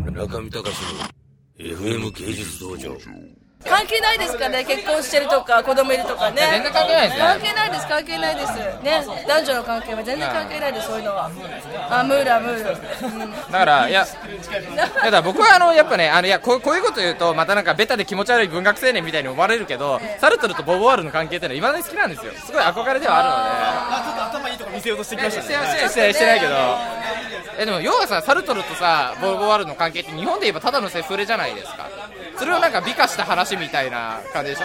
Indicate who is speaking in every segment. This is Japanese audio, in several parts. Speaker 1: 村上隆の FM 芸術道場
Speaker 2: 関係ないですかね結婚してるとか子供いるとかね
Speaker 3: 全然関係ないですね
Speaker 2: 関係ないです関係ないですね男女の関係は全然関係ないですそういうのはあムーラムーラ、うん
Speaker 3: だから、いや、いやだ僕はあのやっぱね、あのいやこうこういうこと言うと、またなんかベタで気持ち悪い文学青年みたいに思われるけど、サルトルとボーヴォワールの関係ってのは、いまだに好きなんですよ、すごい憧れではあ
Speaker 4: ちょっと頭いいとこ見せようとして
Speaker 3: るので、してしてしてしてないけど、えでも、要はさ、サルトルとさ、ボーヴォワールの関係って、日本で言えばただのセフレじゃないですか、それをなんか美化した話みたいな感じでしょ、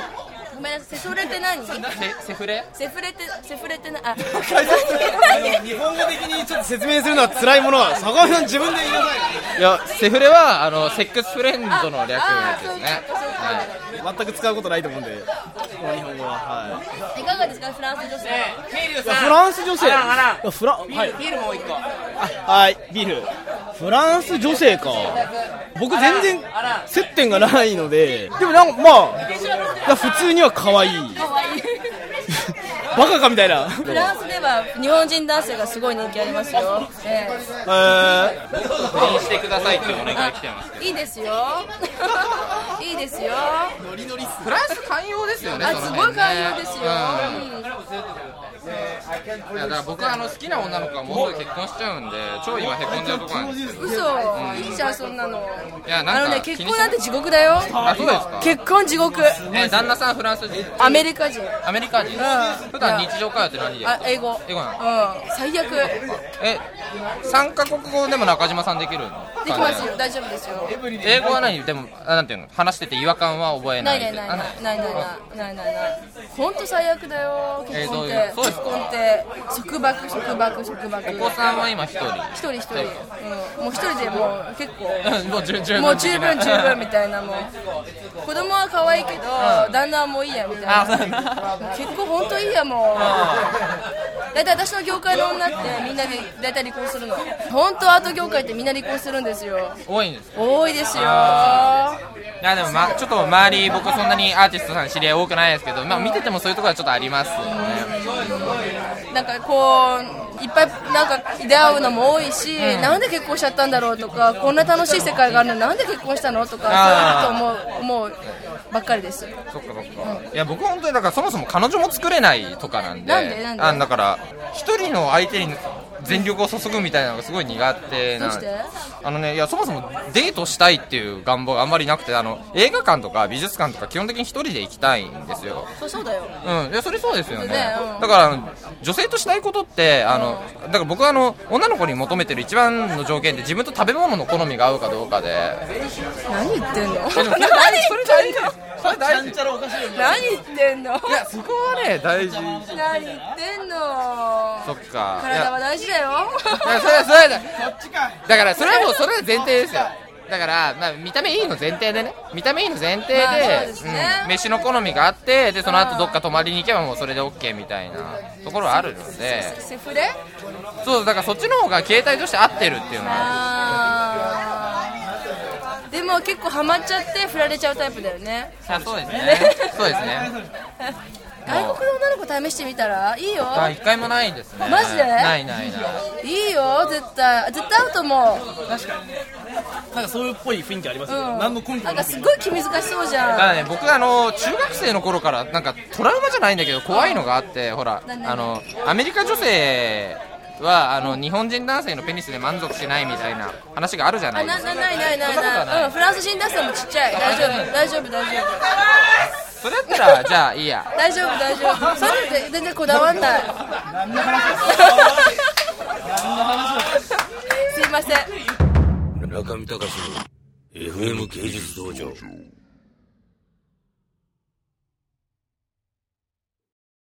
Speaker 2: ごめんなさいセフレって何
Speaker 3: セセフレ
Speaker 2: セフレってセフレってなあ
Speaker 4: 日本語的にちょっと説明するのは辛いものは坂上さん自分で言いなさ
Speaker 3: いや、セフレはあのセックスフレンドの略
Speaker 2: ああ
Speaker 3: で
Speaker 2: そうい
Speaker 3: す
Speaker 2: う
Speaker 3: ね
Speaker 2: こ。とそういうこと
Speaker 3: はい
Speaker 4: い全く使うことないと思うんでこの日本語は、はい、
Speaker 2: いかがですかフランス女性は
Speaker 4: フランス女性
Speaker 5: あらあ
Speaker 4: いやフランはい
Speaker 5: ビールもう一個
Speaker 4: あはいビールフランス女性か僕全然
Speaker 5: あら
Speaker 4: 接点がないのででもなんかまあいや普通には可愛い
Speaker 2: かわいい
Speaker 4: バカかみたい な
Speaker 2: フランスでは日本人男性がすごい人気ありますよ、え
Speaker 4: えー、
Speaker 3: 不倫してくださいっていうお願いが来てます。
Speaker 2: えいいですよ いいですよ
Speaker 3: フランス寛容ですよね。
Speaker 2: あ
Speaker 3: その
Speaker 2: すご
Speaker 3: 辺
Speaker 2: い
Speaker 3: ね
Speaker 2: 寛容ですよ、
Speaker 3: うん
Speaker 2: うん
Speaker 3: いやだから僕はあの好きな女の子はもうすぐ結婚しちゃうんで超今へこんじゃうとこなんですけど
Speaker 2: 嘘、いいじゃんそんなの
Speaker 3: やなんか
Speaker 2: あのね
Speaker 3: 気にし
Speaker 2: 結婚なんて地獄だよ
Speaker 3: あそうですか
Speaker 2: 結婚地獄
Speaker 3: え旦那さんフランス人
Speaker 2: アメリカ人
Speaker 3: アメリカ人
Speaker 2: ん
Speaker 3: 普段日常会話って何で
Speaker 2: あ英語
Speaker 3: 英語な
Speaker 2: うん最悪
Speaker 3: え三カ国語でも中島さんできるの
Speaker 2: できますよ大丈夫ですよ
Speaker 3: 英語は何でもあなんていうの話してて違和感は覚え
Speaker 2: な
Speaker 3: な
Speaker 2: いいないない
Speaker 3: あ
Speaker 2: ないないないないないない本当最悪だよ
Speaker 3: え
Speaker 2: 結
Speaker 3: ーど
Speaker 2: 婚って、
Speaker 3: ういうそうで
Speaker 2: 結
Speaker 3: すか
Speaker 2: 婚って束縛束縛束縛
Speaker 3: お子さんは今一人
Speaker 2: 一人一人、うん、もう一人でもう結構
Speaker 3: もう十分
Speaker 2: もう十分十分みたいなもう子供は可愛いけど、旦那はもういいやみたい
Speaker 3: あそうなんだ
Speaker 2: な結構本当いいやもう大体私の業界の女ってみんなで大体離婚するの本当アート業界ってみんな離婚するんですよ
Speaker 3: 多いんです
Speaker 2: 多いですよ
Speaker 3: いやでも、ま、ちょっと周り僕そんなにアーティストさん知り合い多くないですけど、まあ、見ててもそういうところはちょっとありますよね
Speaker 2: なんかこういっぱいなんか出会うのも多いし、なんで結婚しちゃったんだろうとかこんな楽しい世界があるのになんで結婚したのとか
Speaker 3: あ
Speaker 2: そう
Speaker 3: ー
Speaker 2: いうこと思う思うばっかりです
Speaker 3: そっかそっか、いや僕本当にだからそもそも彼女も作れないとかなんで
Speaker 2: なんでなんで
Speaker 3: あだから一人の相手に全力を注ぐみたいなのがすごい苦手な
Speaker 2: どうして
Speaker 3: あのねいやそもそもデートしたいっていう願望があんまりなくてあの映画館とか美術館とか基本的に一人で行きたいんですよ
Speaker 2: そうそうだよ
Speaker 3: うん、いやそれそうですよね
Speaker 2: ねうん
Speaker 3: だからあの女性としたいことってあの、だから僕はあの女の子に求めてる一番の条件って自分と食べ物の好みが合うかどうかで
Speaker 2: 何言ってんの何言ってんの
Speaker 3: えでもそれそれ大事それ大事
Speaker 2: 何言ってんの
Speaker 3: いやそこはね大事
Speaker 2: 何言ってんの
Speaker 3: そっかいや
Speaker 2: 体は大事だよ
Speaker 3: いやそれはそれはだだからそれはもうそれは前提ですよだから、まあ、見た目いいの前提でね見た目いいの前提で,、
Speaker 2: まあそうですね
Speaker 3: うん、飯の好みがあってでその後どっか泊まりに行けばもうそれで OK みたいなところはあるので
Speaker 2: セフレ
Speaker 3: そうだからそっちの方が携帯として合ってるっていうのは
Speaker 2: あーでも結構ハマっちゃって振られちゃうタイプだよね
Speaker 3: あそうですねそうですね
Speaker 2: 外国の女の子試してみたらいいよ
Speaker 3: あ一回もないですね
Speaker 2: マジで
Speaker 3: ないないない
Speaker 2: いいよ絶対絶対合うと思
Speaker 4: なんかそういうっぽい雰囲気あります
Speaker 2: う、
Speaker 4: よ
Speaker 2: うん、
Speaker 4: ね、何の根拠も
Speaker 2: なんか
Speaker 4: なく
Speaker 2: すごい気難しそうじ
Speaker 3: た
Speaker 2: ゃん
Speaker 3: だね僕あの中学生の頃からなんかトラウマじゃないんだけど怖いのがあってほら
Speaker 2: 何
Speaker 3: あのアメリカ女性はあの日本人男性のペニスで満足しないみたいな話があるじゃな
Speaker 2: あ
Speaker 3: いで
Speaker 2: な
Speaker 3: すか
Speaker 2: なないないない
Speaker 3: そんなこと
Speaker 2: な
Speaker 3: はいない
Speaker 2: うん、フランス人男性もちっちゃい大丈夫大丈夫大丈夫
Speaker 3: それだったらじゃあいいや
Speaker 2: 大丈夫大丈夫それって全然こだわんない すいません
Speaker 1: 村上隆の FM 芸術道場